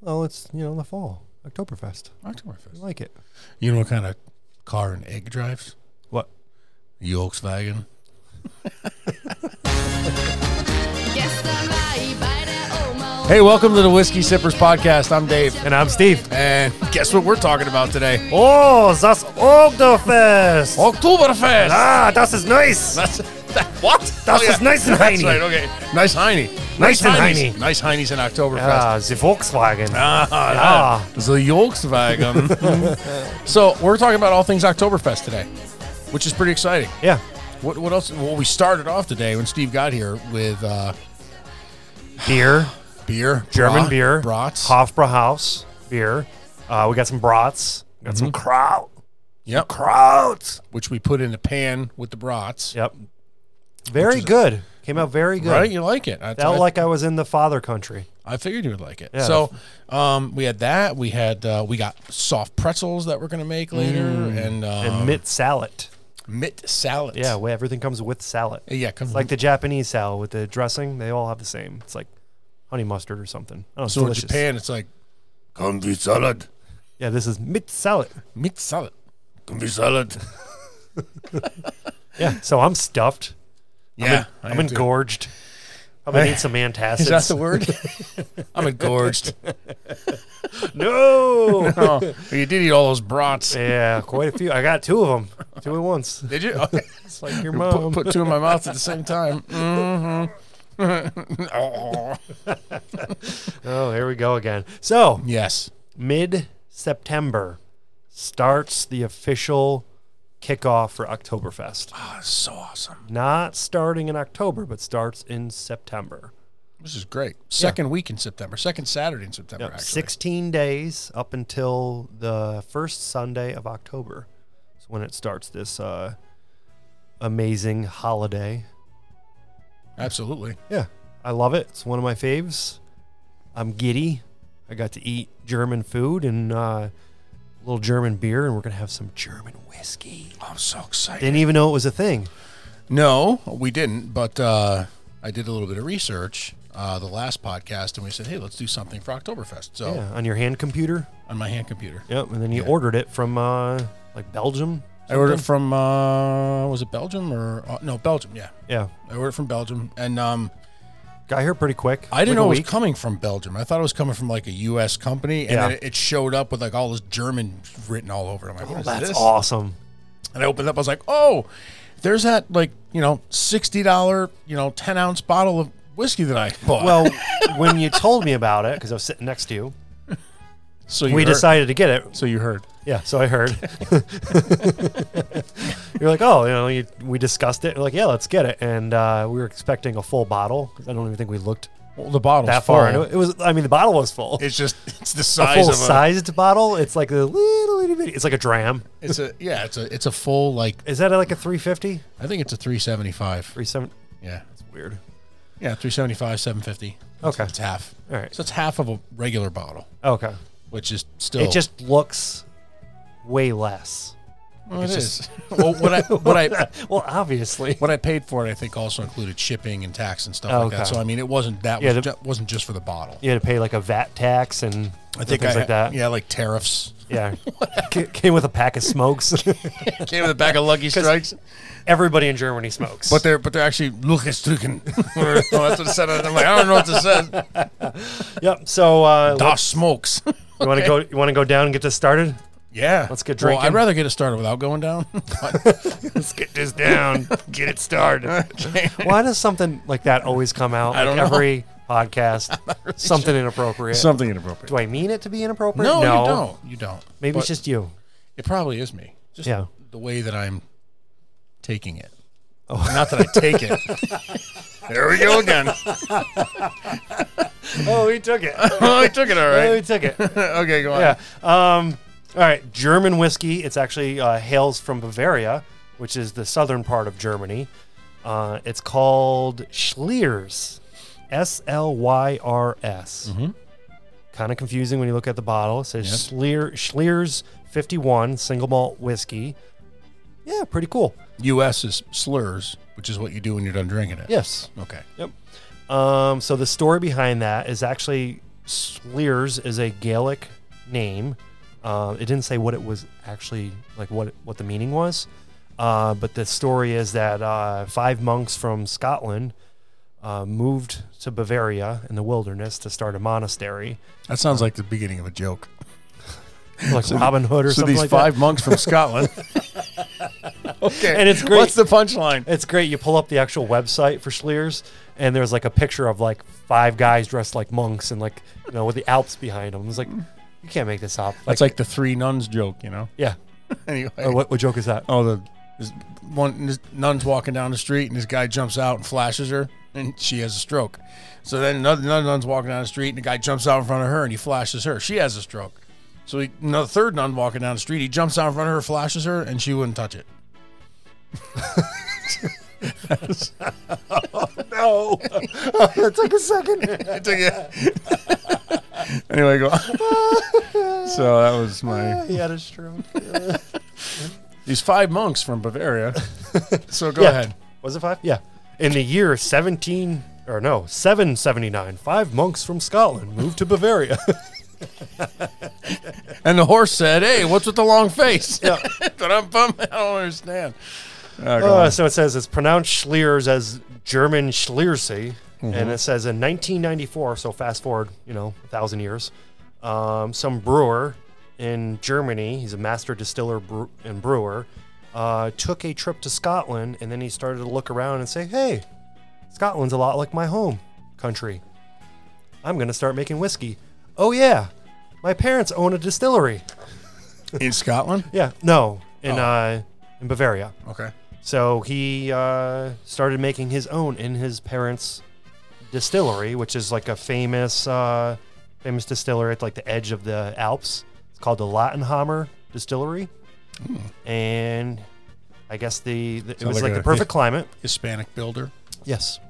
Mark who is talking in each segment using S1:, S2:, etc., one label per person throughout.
S1: Well, it's you know the fall, Oktoberfest. I
S2: Oktoberfest.
S1: like it.
S2: You know what kind of car an egg drives?
S1: What?
S2: Volkswagen.
S3: Gestern war ich bei der Oma. und
S2: Hey, welcome to the Whiskey Sippers Podcast. I'm Dave.
S1: And I'm Steve.
S2: And guess what we're talking about today?
S1: Oh, that's Oktoberfest.
S2: Oktoberfest.
S1: Ah, das ist nice.
S2: That's that, what? Oh,
S1: Das is nice and
S2: That's
S1: heiny.
S2: right. Okay. Nice heiny.
S1: Nice and
S2: heinies.
S1: heiny.
S2: Nice heinies in Oktoberfest.
S1: the Volkswagen.
S2: Ah,
S1: Ah.
S2: the Volkswagen. so we're talking about all things Oktoberfest today, which is pretty exciting.
S1: Yeah.
S2: What, what else? Well, we started off today when Steve got here with uh,
S4: beer,
S2: beer,
S4: German
S2: brat-
S4: beer,
S2: brats.
S4: Hofbrauhaus beer. Uh, we got some brats, got some
S2: Mm-hmm.
S4: kraut,
S2: Yep.
S4: kraut.
S2: Which we put in a pan with the brats.
S4: Yep,
S1: Very good. Came out very good.
S2: Right? You like it? I,
S4: felt
S2: I-
S4: like I was in the father country.
S2: I figured you would like it.
S4: Yeah.
S2: So um, we had that. We had uh, we got soft pretzels that we're gonna make later, and um,
S4: Mm. And mit salad.
S2: mint salad. Uh,
S4: Yeah, where everything comes with salad.
S2: yeah. Come
S4: It's like the Japanese salad with the dressing. They all have the same. It's like honey mustard or something. Oh, it's
S2: so
S4: delicious.
S2: in Japan, it's like come be salad,
S4: Yeah, this is mit salad.
S2: mint salad, come be salad.
S4: Yeah, so I'm stuffed.
S2: Yeah, I
S4: I'm
S2: am too.
S4: engorged. I'm gonna need some antacids.
S2: Is that the word? I'm engorged.
S4: no.
S2: oh, you did eat all those brats.
S4: yeah, quite a few. I got two of them, two at once.
S2: Did you? Okay.
S4: It's like your
S2: put,
S4: mom.
S2: put two in my mouth at the same time. Mhm. oh.
S4: Oh, here we go again. So,
S2: Yes.
S4: mid September starts the official kickoff for Oktoberfest.
S2: Oh, so awesome.
S4: Not starting in October, but starts in September.
S2: This is great. Second week in September. Second Saturday in September.
S4: Yep,
S2: Actually.
S4: 16 days up until the first Sunday of October. is when it starts this uh, amazing holiday.
S2: Absolutely.
S4: Yeah, I love it. It's one of my faves. I'm giddy. I got to eat German food and uh, a little German beer, and we're gonna have some German whiskey.
S2: Oh, I'm so excited.
S4: Didn't even know it was a thing.
S2: No, we didn't. But uh, I did a little bit of research uh, the last podcast, and we said, hey, let's do something for Oktoberfest. So
S4: Yeah, on your hand computer.
S2: on my hand computer,
S4: Yep, and then you
S2: Yeah.
S4: ordered it from uh, like Belgium.
S2: I ordered it from uh, was it Belgium or uh, no Belgium? Yeah,
S4: Yeah,
S2: I ordered it from Belgium, and um,
S4: got here pretty quick.
S2: I didn't
S4: like a
S2: know it
S4: week.
S2: was coming from Belgium. I thought it was coming from like a U.S. company, and
S4: Yeah.
S2: then it- it showed up with like all this German written all over. it. I'm like, what is
S4: Oh, That's
S2: this?
S4: awesome.
S2: And I opened it up. I was like, oh, there's that like you know sixty dollar you know ten ounce bottle of whiskey that I bought.
S4: Well, when you told me about it, because I was sitting next to you,
S2: so you
S4: we
S2: heard-
S4: decided to get it.
S2: So you heard.
S4: Yeah, so I heard. You're like, oh, you know, you, we discussed it. We're like, yeah, let's get it. And uh, we were expecting a full bottle. 'cause I don't even think we looked
S2: Well, the bottle's
S4: that far.
S2: full.
S4: into it. It was, I mean, the bottle was full.
S2: It's just it's the
S4: a
S2: size
S4: full
S2: of a,
S4: sized bottle. It's like a little, itty bitty. It's like a dram.
S2: it's a yeah it's a it's a full like
S4: Is that like a 350?
S2: I think it's a 375
S4: 370?
S2: yeah
S4: It's weird.
S2: yeah 375 750
S4: Okay.
S2: it's half
S4: All right.
S2: so it's half of a regular bottle
S4: Okay.
S2: which is still
S4: It just looks way less.
S2: well,
S4: it's
S2: it
S4: just-
S2: is. well what I what I
S4: Well, obviously.
S2: what I paid for it I think also included shipping and tax and stuff like that
S4: Okay.
S2: so I mean it wasn't that
S4: Yeah,
S2: was
S4: the-
S2: ju- wasn't just for the bottle
S4: You had to pay like a VAT tax and
S2: I think
S4: things
S2: I
S4: like that.
S2: yeah like tariffs
S4: Yeah. Ca- Came with a pack of smokes.
S2: came with a bag of Lucky Strikes
S4: Everybody in Germany smokes.
S2: but they're but they're actually Lucas Drücken oh, that's what it said I'm like I don't know what to say
S4: yep. So uh,
S2: Das Smokes
S4: you want to go? You want to go down and get this started?
S2: Yeah.
S4: Let's get
S2: Well, I'd
S4: drinking.
S2: rather get it started without going down.
S4: Let's get this down. get it started. Why does something like that always come out?
S2: I don't
S4: like
S2: know.
S4: every podcast, something inappropriate.
S2: Something inappropriate.
S4: Do I mean it to be inappropriate?
S2: No, you don't. You don't.
S4: Maybe
S2: But
S4: it's just you.
S2: it probably is me. Just
S4: Yeah.
S2: the way that I'm taking it. Oh. Not that I take it. there we go again.
S4: Oh, he took it.
S2: Oh, I took it all
S4: oh, he
S2: right.
S4: took it.
S2: okay, go on.
S4: Yeah. Um, all right. German whiskey. It's actually uh, hails from Bavaria, which is the southern part of Germany. Uh, it's called Schliers, S L Y R S. Kind of confusing when you look at the bottle. It says
S2: Yes.
S4: Schlier, Schliers 51 single malt whiskey. Yeah, pretty cool.
S2: U.S. is slurs, which is what you do when you're done drinking it.
S4: Yes.
S2: Okay.
S4: Yep. Um, so the story behind that is actually Sleers is a Gaelic name. Uh, it didn't say what it was actually like what what the meaning was, uh, but the story is that uh, five monks from Scotland uh, moved to Bavaria in the wilderness to start a monastery,
S2: That sounds like the beginning of a joke.
S4: like Robin Hood or
S2: so
S4: something
S2: these
S4: like that.
S2: five monks from Scotland. okay.
S4: And it's great.
S2: What's the punchline?
S4: It's great. You pull up the actual website for Schleers, and there's like a picture of like five guys dressed like monks and like you know with the Alps behind them. It's like you can't make this up.
S2: That's like the three nuns joke, you know.
S4: yeah.
S2: Anyway.
S4: Uh, What, what joke is that?
S2: Oh, the this one this nun's walking down the street, and this guy jumps out and flashes her, and she has a stroke. So then another, another nun's walking down the street, and the guy jumps out in front of her, and he flashes her. She has a stroke. So he, another third nun walking down the street, he jumps out in front of her, flashes her, and she wouldn't touch it.
S4: No, it took a second.
S2: I took it. anyway, go. so that was my
S4: he had a stroke.
S2: these five monks from Bavaria. So go
S4: Yeah.
S2: ahead.
S4: Was it five? Yeah. In the year 17 or no 779, five monks from Scotland moved to Bavaria.
S2: And the horse said, "Hey, what's with the long face?" Yeah. but I'm bummed. I don't understand. Uh, go
S4: Uh,
S2: on.
S4: so it says it's pronounced Schliers as German Schliersee,
S2: Mm-hmm.
S4: and it says in 1994. So fast forward, you know, a thousand years. Um, some brewer in Germany, he's a master distiller bre- and brewer, uh, took a trip to Scotland, and then he started to look around and say, "Hey, Scotland's a lot like my home country. I'm gonna start making whiskey. Oh yeah, my parents own a distillery.
S2: In Scotland.
S4: Yeah, no, in
S2: Oh.
S4: uh, in Bavaria."
S2: Okay.
S4: So he uh, started making his own in his parents' distillery, which is like a famous uh, famous distillery at like the edge of the Alps. It's called the Lattenhammer Distillery, and I guess the, the it
S2: Sounds
S4: was
S2: Hmm. like
S4: like,
S2: a-
S4: the perfect climate.
S2: Hispanic builder.
S4: Yes.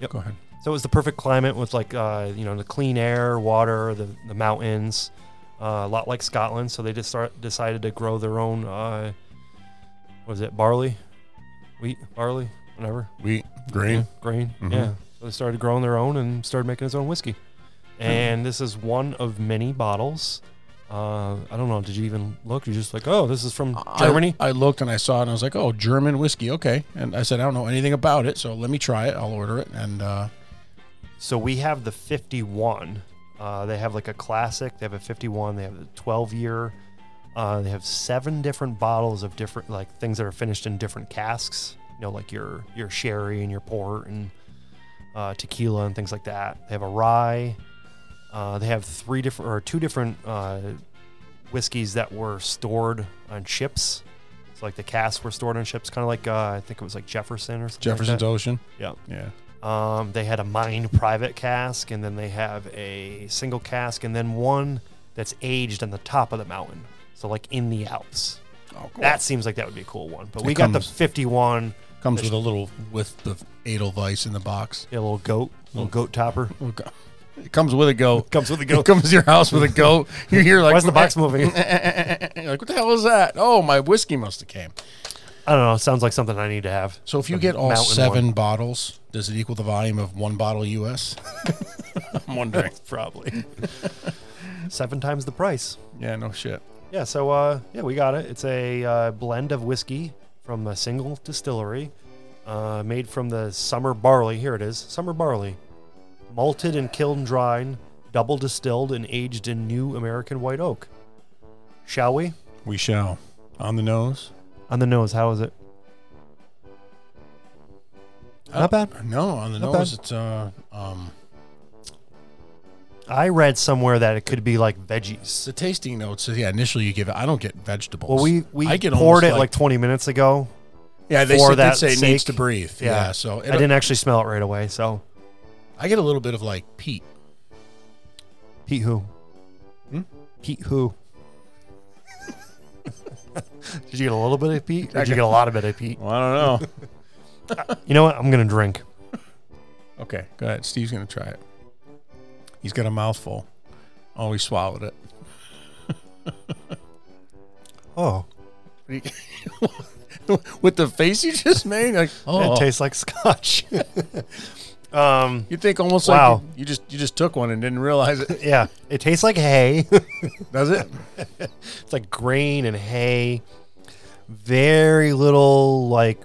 S2: Go ahead.
S4: So it was the perfect climate with like uh, you know the clean air, water, the the mountains, uh, a lot like Scotland. So they just start, decided to grow their own. Uh, what is it? Barley, wheat, barley, whatever.
S2: Wheat, grain.
S4: Grain. Yeah. So they started growing their own and started making his own whiskey. And this is one of many bottles. Uh, I don't know. Did you even look? You're just like, oh, this is from Germany.
S2: I, I looked and I saw it and I was like, oh, German whiskey. Okay. And I said, I don't know anything about it. So let me try it. I'll order it. And uh,
S4: So we have the 51. Uh, they have like a classic. They have a 51. They have a 12 year. Uh, they have seven different bottles of different like things that are finished in different casks. You know, like your your sherry and your port and uh, tequila and things like that. They have a rye. Uh, they have three different or two different uh, whiskeys that were stored on ships. So like the casks were stored on ships, kind of like uh, I think it was like Jefferson or something. like
S2: Jefferson's
S4: that.
S2: Ocean.
S4: Yeah.
S2: Yeah.
S4: Um, they had a mine private cask, and then they have a single cask, and then one that's aged on the top of the mountain. So, like in the Alps.
S2: Oh, cool.
S4: That seems like that would be a cool one. But
S2: It
S4: we got the
S2: comes-
S4: 51,
S2: comes with a little, with the Edelweiss in the box.
S4: a little goat, little goat topper.
S2: Oh, It comes with a goat.
S4: Comes with a
S2: It comes to your house with a goat. You're here like,
S4: Why's the box moving?
S2: You're like, what the hell is that? Oh, my whiskey must have came.
S4: I don't know. Sounds like something I need to have.
S2: So if you
S4: The
S2: get all
S4: mountain
S2: seven bottles, does it equal the volume of one bottle US? I'm wondering.
S4: Probably. Seven times the price.
S2: Yeah, no shit.
S4: Yeah, so uh, yeah, we got it. It's a uh, blend of whiskey from a single distillery, uh, made from the summer barley. Here it is, summer barley, malted and kiln dried, double distilled and aged in new American white oak. Shall we?
S2: We shall. On the nose.
S4: On the nose, how is it?
S2: Uh,
S4: Not bad.
S2: No, on the
S4: Not
S2: nose, it's uh, um,
S4: I read somewhere that it could be like veggies.
S2: the tasting notes. Yeah, initially you give it. I don't get vegetables.
S4: Well, we we
S2: I get
S4: poured
S2: almost
S4: it like, 20 minutes ago.
S2: yeah. They
S4: for
S2: said,
S4: that
S2: did say it needs
S4: sake.
S2: to breathe. Yeah,
S4: Yeah.
S2: so it,
S4: I didn't actually smell it right away. So
S2: I get a little bit of like peat.
S4: Pete who? Pete who? Did you get a little bit of Pete? Or did you get a lot of bit of Pete?
S2: Well, I don't know.
S4: You know what? I'm gonna drink.
S2: okay, go ahead. Steve's gonna try it. He's got a mouthful. Oh, he swallowed it.
S4: Oh,
S2: With the face you just made, like oh,
S4: it tastes like scotch. Um,
S2: You think almost
S4: Wow.
S2: like you, you just you just took one and didn't realize it.
S4: yeah, it tastes like hay.
S2: Does it?
S4: it's like grain and hay. Very little like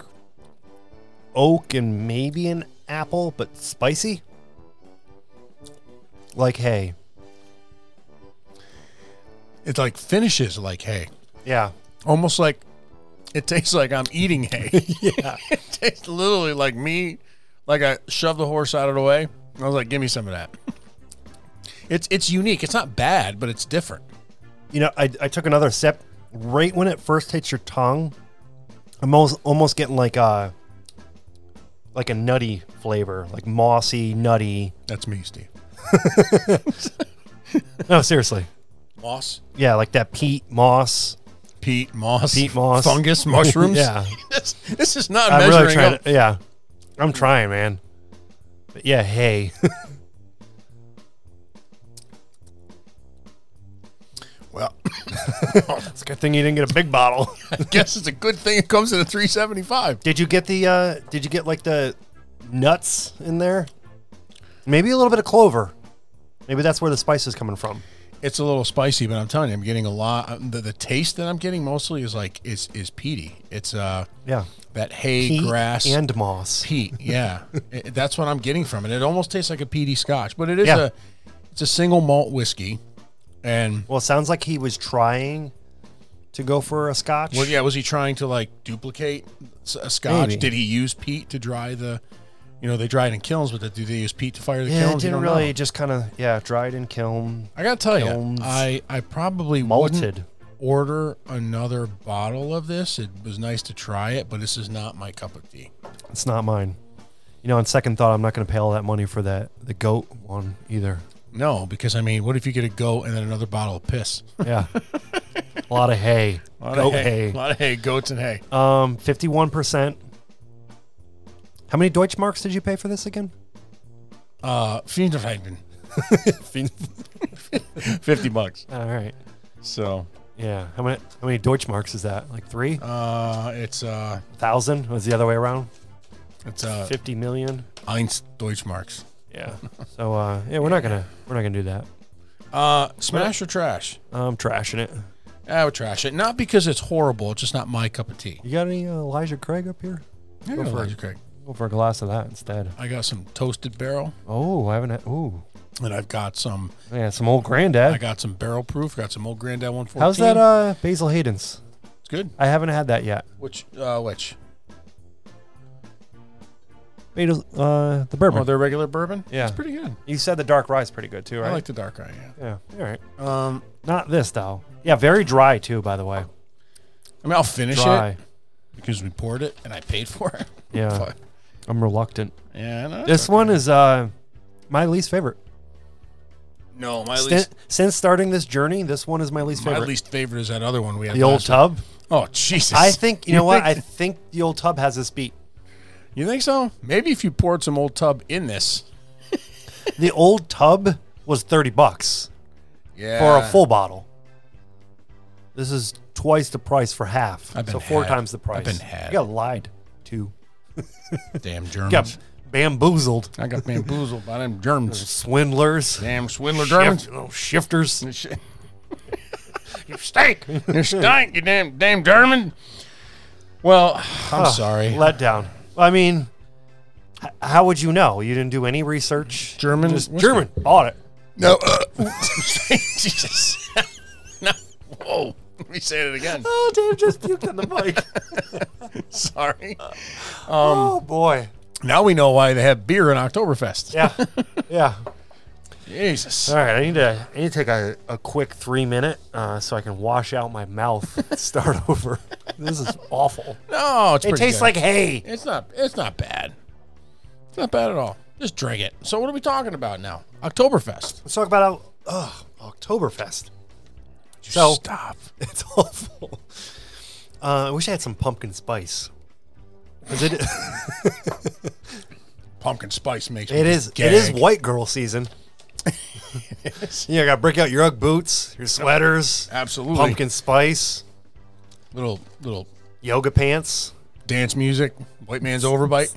S4: oak and maybe an apple, but spicy. Like hay.
S2: It's like finishes like hay.
S4: Yeah.
S2: Almost like it tastes like I'm eating hay. yeah. it tastes literally like me like I shoved the horse out of the way. I was like, give me some of that. It's it's unique. It's not bad, but it's different.
S4: You know, I, I took another sip right when it first hits your tongue. I'm almost, almost getting like a like a nutty flavor, like mossy, nutty.
S2: That's me, Steve.
S4: No, seriously.
S2: Moss.
S4: Yeah, like that peat moss.
S2: Peat moss.
S4: Peat moss.
S2: Fungus mushrooms.
S4: Yeah.
S2: This, this is not
S4: I'm
S2: measuring
S4: really trying.
S2: up.
S4: to- yeah, I'm trying, man. But yeah, hey,
S2: Well,
S4: it's a good thing you didn't get a big bottle.
S2: I guess it's a good thing it comes in a 375.
S4: did you get the? uh Did you get like the nuts in there? Maybe a little bit of clover. Maybe that's where the spice is coming from.
S2: It's a little spicy, but I'm telling you, I'm getting a lot. The, the taste that I'm getting mostly is like is is peaty. It's uh
S4: Yeah,
S2: that hay
S4: Peat
S2: grass
S4: and moss.
S2: peat. Yeah, It- that's what I'm getting from it. It almost tastes like a peaty Scotch, but it is
S4: Yeah.
S2: a it's a single malt whiskey. And
S4: Well, it sounds like he was trying to go for a scotch.
S2: well, yeah, was he trying to like duplicate s- a Scotch?
S4: Maybe.
S2: Did he use peat to dry the? You know, they dry it in kilns, but do they use peat to fire the
S4: Yeah, it
S2: kilns? You
S4: didn't
S2: don't know.
S4: really. Just kind of yeah, dried in kiln.
S2: I gotta tell
S4: Kilns.
S2: you, I I probably
S4: Malted.
S2: wouldn't order another bottle of this. It was nice to try it, but this is not my cup of tea.
S4: It's not mine. You know, on second thought, I'm not going to pay all that money for that the goat one either.
S2: No, because I mean, what if you get a goat and then another bottle of piss?
S4: Yeah. a lot of hay. Goat hay.
S2: a lot of hay, goats and hay.
S4: Um, 51%. How many Deutschmarks did you pay for this again?
S2: Uh, Fienderheiten. fifty bucks.
S4: All right.
S2: So
S4: Yeah. How many how many Deutschmarks is that? Like 3?
S2: uh, it's uh,
S4: 1000 was the other way around.
S2: it's uh,
S4: 50 million.
S2: Eins Deutschmarks.
S4: Yeah. So uh yeah, we're not going to we're not going to do that.
S2: Uh, smash or trash?
S4: I'm trashing it.
S2: I would trash it. Not because it's horrible. It's just not my cup of tea.
S4: You got any uh, Elijah Craig up here?
S2: I
S4: Go
S2: got,
S4: for it.
S2: Elijah Craig.
S4: Go for a glass of that instead.
S2: I got some toasted barrel,
S4: Oh, I haven't had, ooh.
S2: and I've got some.
S4: Yeah, some old granddad.
S2: I got some barrel proof. Got some old granddad one fourteen.
S4: How's that uh Basil Hayden's?
S2: It's good.
S4: I haven't had that yet.
S2: Which uh, which?
S4: Basil uh the bourbon.
S2: Oh, their regular bourbon.
S4: Yeah.
S2: it's pretty good.
S4: you said the dark rye's pretty good too, right?
S2: I like the dark eye. Yeah.
S4: yeah. All right.
S2: Um,
S4: Not this though. Yeah, very dry too, by the way.
S2: I mean, I'll finish
S4: Dry. Uh.
S2: it because we poured it and I paid for it.
S4: Yeah.
S2: But-
S4: I'm reluctant.
S2: yeah. I know.
S4: This one is uh my least favorite.
S2: no, my
S4: Sin-
S2: least
S4: since starting this journey, this one is my least
S2: my
S4: favorite.
S2: least favorite is that other one we had.
S4: the old
S2: last week.
S4: tub.
S2: Oh Jesus!
S4: I think you know what? I
S2: think-
S4: think the old tub has this beat.
S2: you think so? Maybe if you poured some old tub in this.
S4: The old tub was thirty bucks
S2: Yeah.
S4: for a full bottle. This is twice the price for half.
S2: I've been
S4: so four
S2: had.
S4: times the price.
S2: I've been had.
S4: You got lied to.
S2: damn
S4: You
S2: Germans.
S4: got bamboozled.
S2: I got bamboozled by them Germans.
S4: Swindlers.
S2: Damn swindler Germans.
S4: Shift- oh, shifters.
S2: You stink. You stink. You damn damn German. Well, I'm sorry.
S4: Let down. I mean, h- how would you know? You didn't do any research.
S2: German
S4: Just
S2: whiskey.
S4: German. Bought it.
S2: No. uh, Jesus. no. Whoa. Let me say it again.
S4: Oh, Dave just puked on the mic.
S2: Sorry.
S4: oh, boy.
S2: Now we know why they have beer in Oktoberfest.
S4: Yeah. Yeah.
S2: Jesus.
S4: All right. I need to, I need to take a, a quick three minute uh, so I can wash out my mouth and start over. This is awful.
S2: No, it's
S4: It
S2: pretty
S4: tastes
S2: good.
S4: like hay.
S2: it's not it's not bad. It's not bad at all. Just drink it. So what are we talking about now? Oktoberfest.
S4: Let's talk about uh, Oktoberfest. So-
S2: stop.
S4: It's awful. Uh, I wish I had some pumpkin spice. 'Cause it,
S2: Pumpkin spice makes
S4: it
S2: me
S4: is it is
S2: gag.
S4: white girl season. Yeah, you gotta break out your UGG boots, your sweaters,
S2: Absolutely.
S4: pumpkin spice,
S2: little little
S4: yoga pants.
S2: dance music. White man's overbite.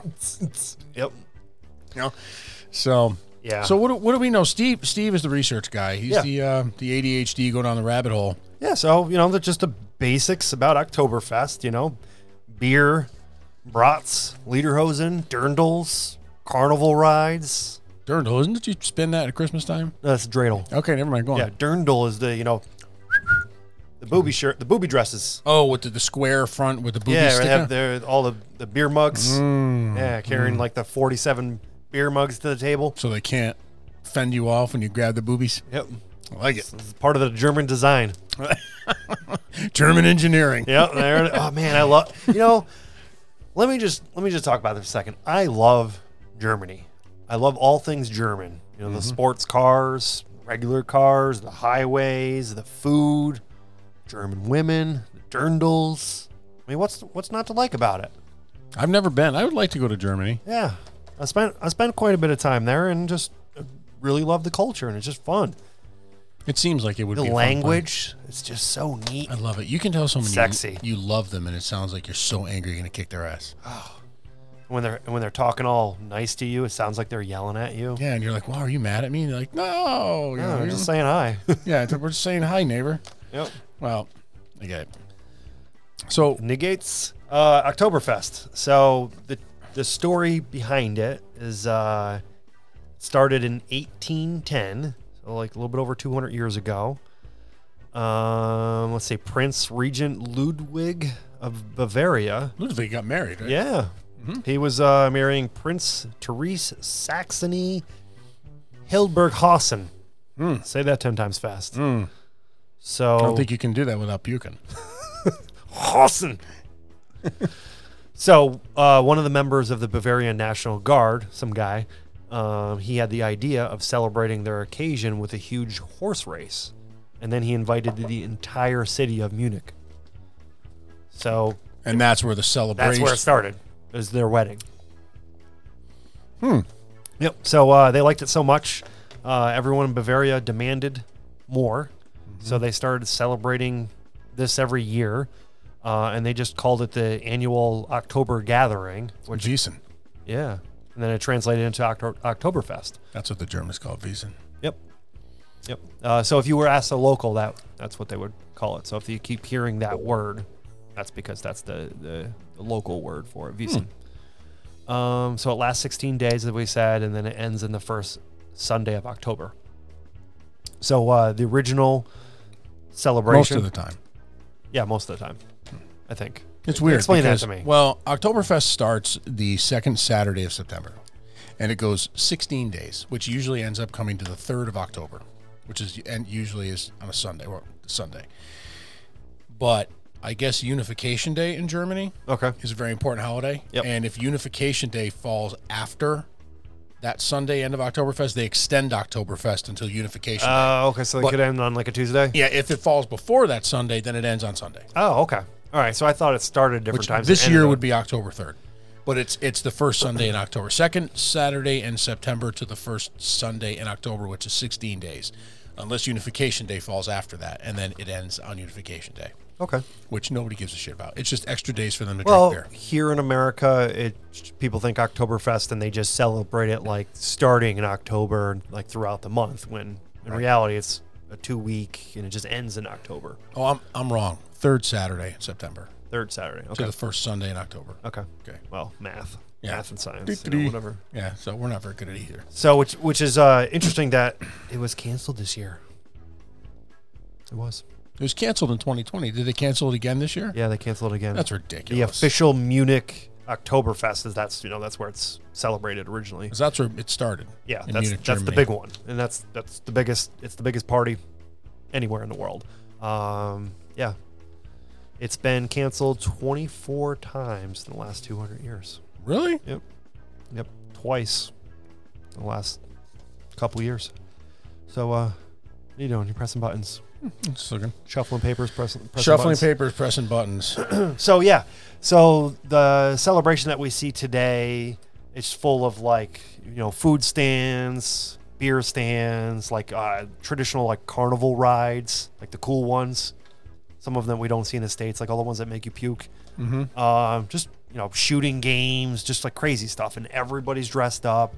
S4: Yep.
S2: You know, so
S4: Yeah.
S2: So what do, what do we know? Steve Steve is the research guy. He's
S4: Yeah.
S2: the uh, the ADHD go down the rabbit hole.
S4: Yeah, so you know, they're just the basics about Oktoberfest. You know, beer, brats, lederhosen, dirndls, carnival rides.
S2: Dirndl, isn't it? You spend that at Christmas time?
S4: No, that's dreidel.
S2: Okay, never mind. Go on.
S4: Yeah, dirndl is the you know, the booby shirt, the booby dresses.
S2: Oh, with the, the square front with the booby
S4: Yeah, Mm. they
S2: sticker.
S4: have their all the, the beer mugs. yeah, carrying like the forty-seven beer mugs to the table.
S2: so they can't fend you off when you grab the boobies.
S4: Yep,
S2: I like it.
S4: it's part of the German design.
S2: German engineering.
S4: Yeah, there. it- oh man, I love. You know, let me just let me just talk about this a second. I love Germany. I love all things German. You know, the
S2: Mm-hmm.
S4: sports cars, regular cars, the highways, the food, German women, the dirndls. I mean, what's what's not to like about it?
S2: I've never been. I would like to go to Germany.
S4: Yeah, I spent I spent quite a bit of time there and just uh, really love the culture and it's just fun.
S2: It seems like it would
S4: The
S2: be a fun place.
S4: language, it's just so neat.
S2: I love it. You can tell someone you-
S4: Sexy.
S2: You, love them, and it sounds like you're so angry you're gonna kick their ass.
S4: When they're when they're talking all nice to you, it sounds like they're yelling at you.
S2: Yeah, and you're like, "Wow, are you mad at me?" And they're like, "No." You
S4: Yeah,
S2: know,
S4: I'm
S2: you're-
S4: just saying hi.
S2: yeah, it's- we're just saying hi, neighbor.
S4: Yep.
S2: Well, I get it. So
S4: Negates uh, Oktoberfest. So the the story behind it is uh, started in 1810, so like a little bit over 200 years ago. Um, let's say Prince Regent Ludwig of Bavaria.
S2: Ludwig got married, right?
S4: Yeah,
S2: Mm-hmm.
S4: he was uh, marrying Prince Therese Saxony Hildburghausen. Say that ten times fast. So
S2: Hmm. I don't think you can do that without puking.
S4: Hausen. so, uh, one of the members of the Bavarian National Guard, some guy, um, he had the idea of celebrating their occasion with a huge horse race. And then he invited the entire city of Munich. So,
S2: And that's where the
S4: that's
S2: celebration.
S4: where it started. Is their wedding. Hmm. Yep. So uh, they liked it so much, uh, everyone in Bavaria demanded more. So they started celebrating this every year, uh, and they just called it the annual October Gathering. Which
S2: Wiesen.
S4: yeah, and then it translated into Octo- Oktoberfest.
S2: That's what the Germans call Wiesen.
S4: Yep. Yep. Uh, so if you were asked a local, that that's what they would call it. So if you keep hearing that word, that's because that's the the, the local word for it, Wiesen. Um, so it lasts 16 days, as we said, and then it ends in the first Sunday of October. So uh, the original celebration,
S2: Most of the time.
S4: yeah, most of the time, I think.
S2: It's weird.
S4: Explain that
S2: because-
S4: to me.
S2: Well, Oktoberfest starts the second Saturday of September, and it goes 16 days, which usually ends up coming to the 3rd of October, which is and usually is on a Sunday or Sunday. But I guess Unification Day in Germany
S4: Okay.
S2: is a very important holiday,
S4: Yep.
S2: and if Unification Day falls after that Sunday end of Oktoberfest, they extend Oktoberfest until Unification. Day.
S4: Uh, okay, so they could end on like a Tuesday.
S2: yeah, if it falls before that Sunday, then it ends on Sunday.
S4: Oh, okay. All right. So I thought it started different
S2: Which
S4: times.
S2: this year would be October 3rd. But it's it's the first Sunday in October, second Saturday in September to the first Sunday in October, which is 16 days, unless Unification Day falls after that, and then it ends on Unification Day,
S4: okay.
S2: which nobody gives a shit about. It's just extra days for them to
S4: Well,
S2: drink beer.
S4: here in America, it people think Oktoberfest and they just celebrate it like starting in October, like throughout the month. When in reality, it's a two week and it just ends in October,
S2: Oh, I'm I'm wrong. Third Saturday in September
S4: third Saturday.
S2: to
S4: Okay.
S2: the first Sunday in October.
S4: okay.
S2: Okay.
S4: Well, math,
S2: Yeah.
S4: math and science, you know, whatever.
S2: Yeah, so we're not very good at E either.
S4: So, which which is uh, interesting that it was canceled this year. It was.
S2: It was canceled in 2020. Did they cancel it again this year?
S4: Yeah, they canceled it again.
S2: That's
S4: the
S2: ridiculous.
S4: official Munich Oktoberfest is that's you know that's where it's celebrated originally.
S2: 'Cause that's where it started.
S4: Yeah, that's
S2: in Munich,
S4: that's the
S2: Germany.
S4: big one, and that's that's the biggest. It's the biggest party anywhere in the world. Um, yeah, it's been canceled 24 times in the last 200 years.
S2: Really?
S4: Yep, yep, twice in the last couple years. So, uh, what are you doing? You're pressing buttons,
S2: It's looking.
S4: shuffling papers, pressing, pressing
S2: Shuffling
S4: buttons.
S2: papers, pressing buttons.
S4: So yeah, so the celebration that we see today is full of like you know food stands, beer stands, like uh, traditional like carnival rides, like the cool ones. Some of them we don't see in the states, like all the ones that make you puke. Uh, Um, just you know shooting games, just like crazy stuff, and everybody's dressed up.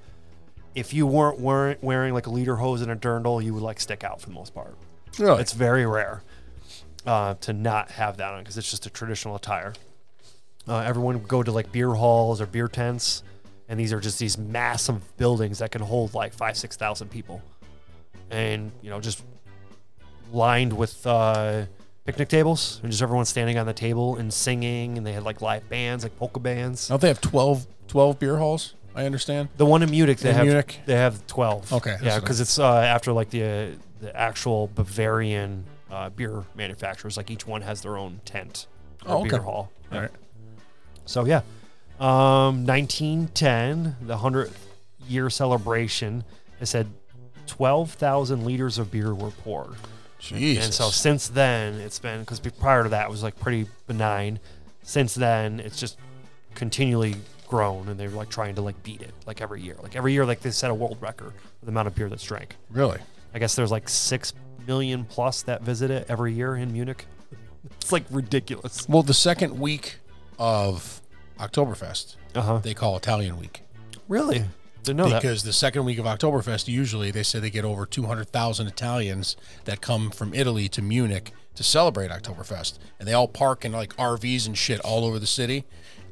S4: if you weren't wearing, wearing like a leader hose and a dirndl, you would like stick out for the most part.
S2: Really?
S4: It's very rare uh, to not have that on because it's just a traditional attire. Uh, everyone would go to like beer halls or beer tents, and these are just these massive buildings that can hold like five, six thousand people, and you know just lined with uh, picnic tables and just everyone standing on the table and singing, and they had like live bands, like polka bands.
S2: Don't they have 12, 12 beer halls? I understand.
S4: The one in Munich, they
S2: In
S4: have
S2: Munich?
S4: they have twelve.
S2: Okay, that's
S4: yeah,
S2: what I-
S4: because it's uh, after like the uh, the actual Bavarian uh, beer manufacturers. Like each one has their own tent or
S2: Oh, okay.
S4: beer hall. Yeah.
S2: All right.
S4: So yeah, um, 1910, the hundredth year celebration. It said twelve thousand liters of beer were poured.
S2: Jesus.
S4: And so since then, it's been because prior to that it was like pretty benign. Since then, it's just continually grown, and they're like trying to like beat it like every year. Like every year, like they set a world record for the amount of beer that's drank.
S2: really?
S4: I guess there's like six million plus that visit it every year in Munich. It's like ridiculous.
S2: Well, the second week of Oktoberfest,
S4: Uh huh.
S2: they call Italian week.
S4: Really? Didn't know that.
S2: because the second week of Oktoberfest, usually they say they get over 200,000 Italians that come from Italy to Munich to celebrate Oktoberfest. And they all park in like RVs and shit all over the city.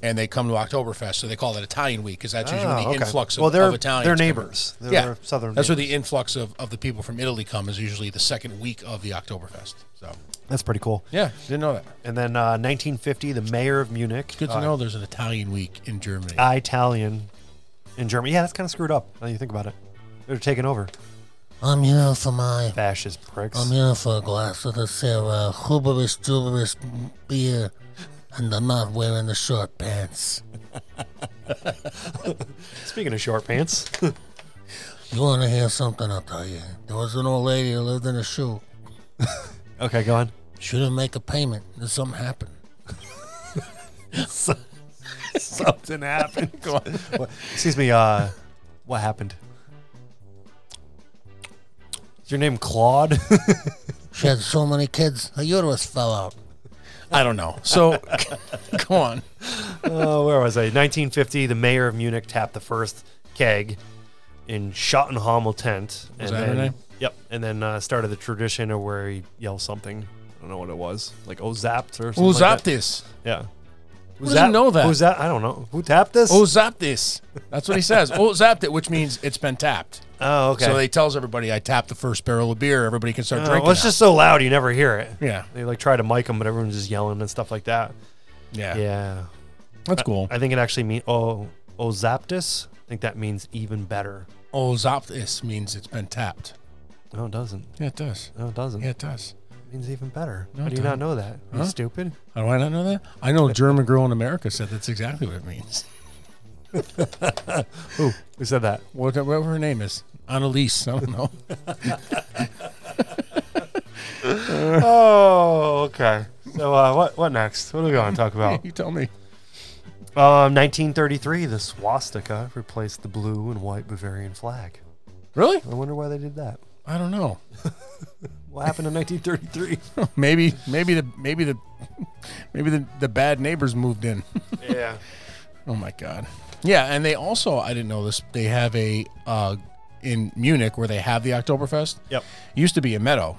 S2: And they come to Oktoberfest. So they call it Italian week because that's usually
S4: Ah,
S2: the
S4: okay.
S2: influx of,
S4: well, they're
S2: of Italians.
S4: they're
S2: coming.
S4: neighbors. They're
S2: yeah.
S4: they're southern.
S2: That's
S4: neighbors.
S2: where the influx of, of the people from Italy come is usually the second week of the Oktoberfest. So,
S4: That's pretty cool.
S2: yeah, didn't know that.
S4: And then uh, 1950, the mayor of Munich.
S2: Good to
S4: uh,
S2: know there's an Italian week in Germany.
S4: Italian in Germany. Yeah, that's kind of screwed up. Now you think about it. They're taking over.
S5: I'm here for my.
S4: Fascist pricks.
S5: I'm here for a glass of this here uh, hooberous duberous beer, and I'm not wearing the short pants.
S4: Speaking of short pants,
S5: You want to hear something? I'll tell you. There was an old lady who lived in a shoe.
S4: okay, go on.
S5: She didn't make a payment, and something happened.
S4: Something happened. Go on. What- Excuse me. Uh, what happened? Is your name Claude?
S5: She had so many kids, her uterus fell out.
S2: I don't know. So, come on.
S4: Oh, where was I? 1950. The mayor of Munich tapped the first keg in Schottenhamel tent.
S2: Was
S4: and
S2: that her
S4: then,
S2: name?
S4: Yep. And then uh, started the tradition of where he yells something. I don't know what it was, like "Oh zapped" or something.
S2: Who's
S4: like
S2: up
S4: that.
S2: this?
S4: Yeah. Who
S2: doesn't know that?
S4: Who's that? I don't know. Who tapped this?
S2: Oh, zapped this. That's what he says. oh, zapped it, which means it's been tapped.
S4: Oh, okay.
S2: So they tells everybody, I tapped the first barrel of beer. Everybody can start
S4: Oh,
S2: drinking.
S4: well, it's
S2: now."
S4: just so loud you never hear it.
S2: yeah,
S4: They like try to mic them, but everyone's just yelling and stuff like that.
S2: yeah,
S4: Yeah.
S2: That's cool.
S4: I think it actually means oh Ozaptus. I think that means even better.
S2: oh, zapped this means it's been tapped.
S4: No, it doesn't.
S2: Yeah, it does.
S4: No, it doesn't.
S2: Yeah, it does.
S4: It means even better.
S2: No,
S4: How
S2: it
S4: do you not
S2: doesn't.
S4: know that? You
S2: Huh?
S4: stupid.
S2: How Oh, do I not know that? I know a German girl in America said that's exactly what it means.
S4: Ooh, who said that?
S2: What, whatever her name is, Annalise. I don't know.
S4: oh, okay. So uh, what what next? What are we going to talk about?
S2: you tell me.
S4: um, 1933, the swastika replaced the blue and white Bavarian flag.
S2: Really?
S4: I wonder why they did that.
S2: I don't know.
S4: What happened in 1933?
S2: Maybe, maybe the, maybe the, maybe the, the bad neighbors moved in.
S4: yeah.
S2: Oh my god. Yeah, and they also I didn't know this. They have a uh, in Munich where they have the Oktoberfest.
S4: Yep.
S2: It used to be a meadow.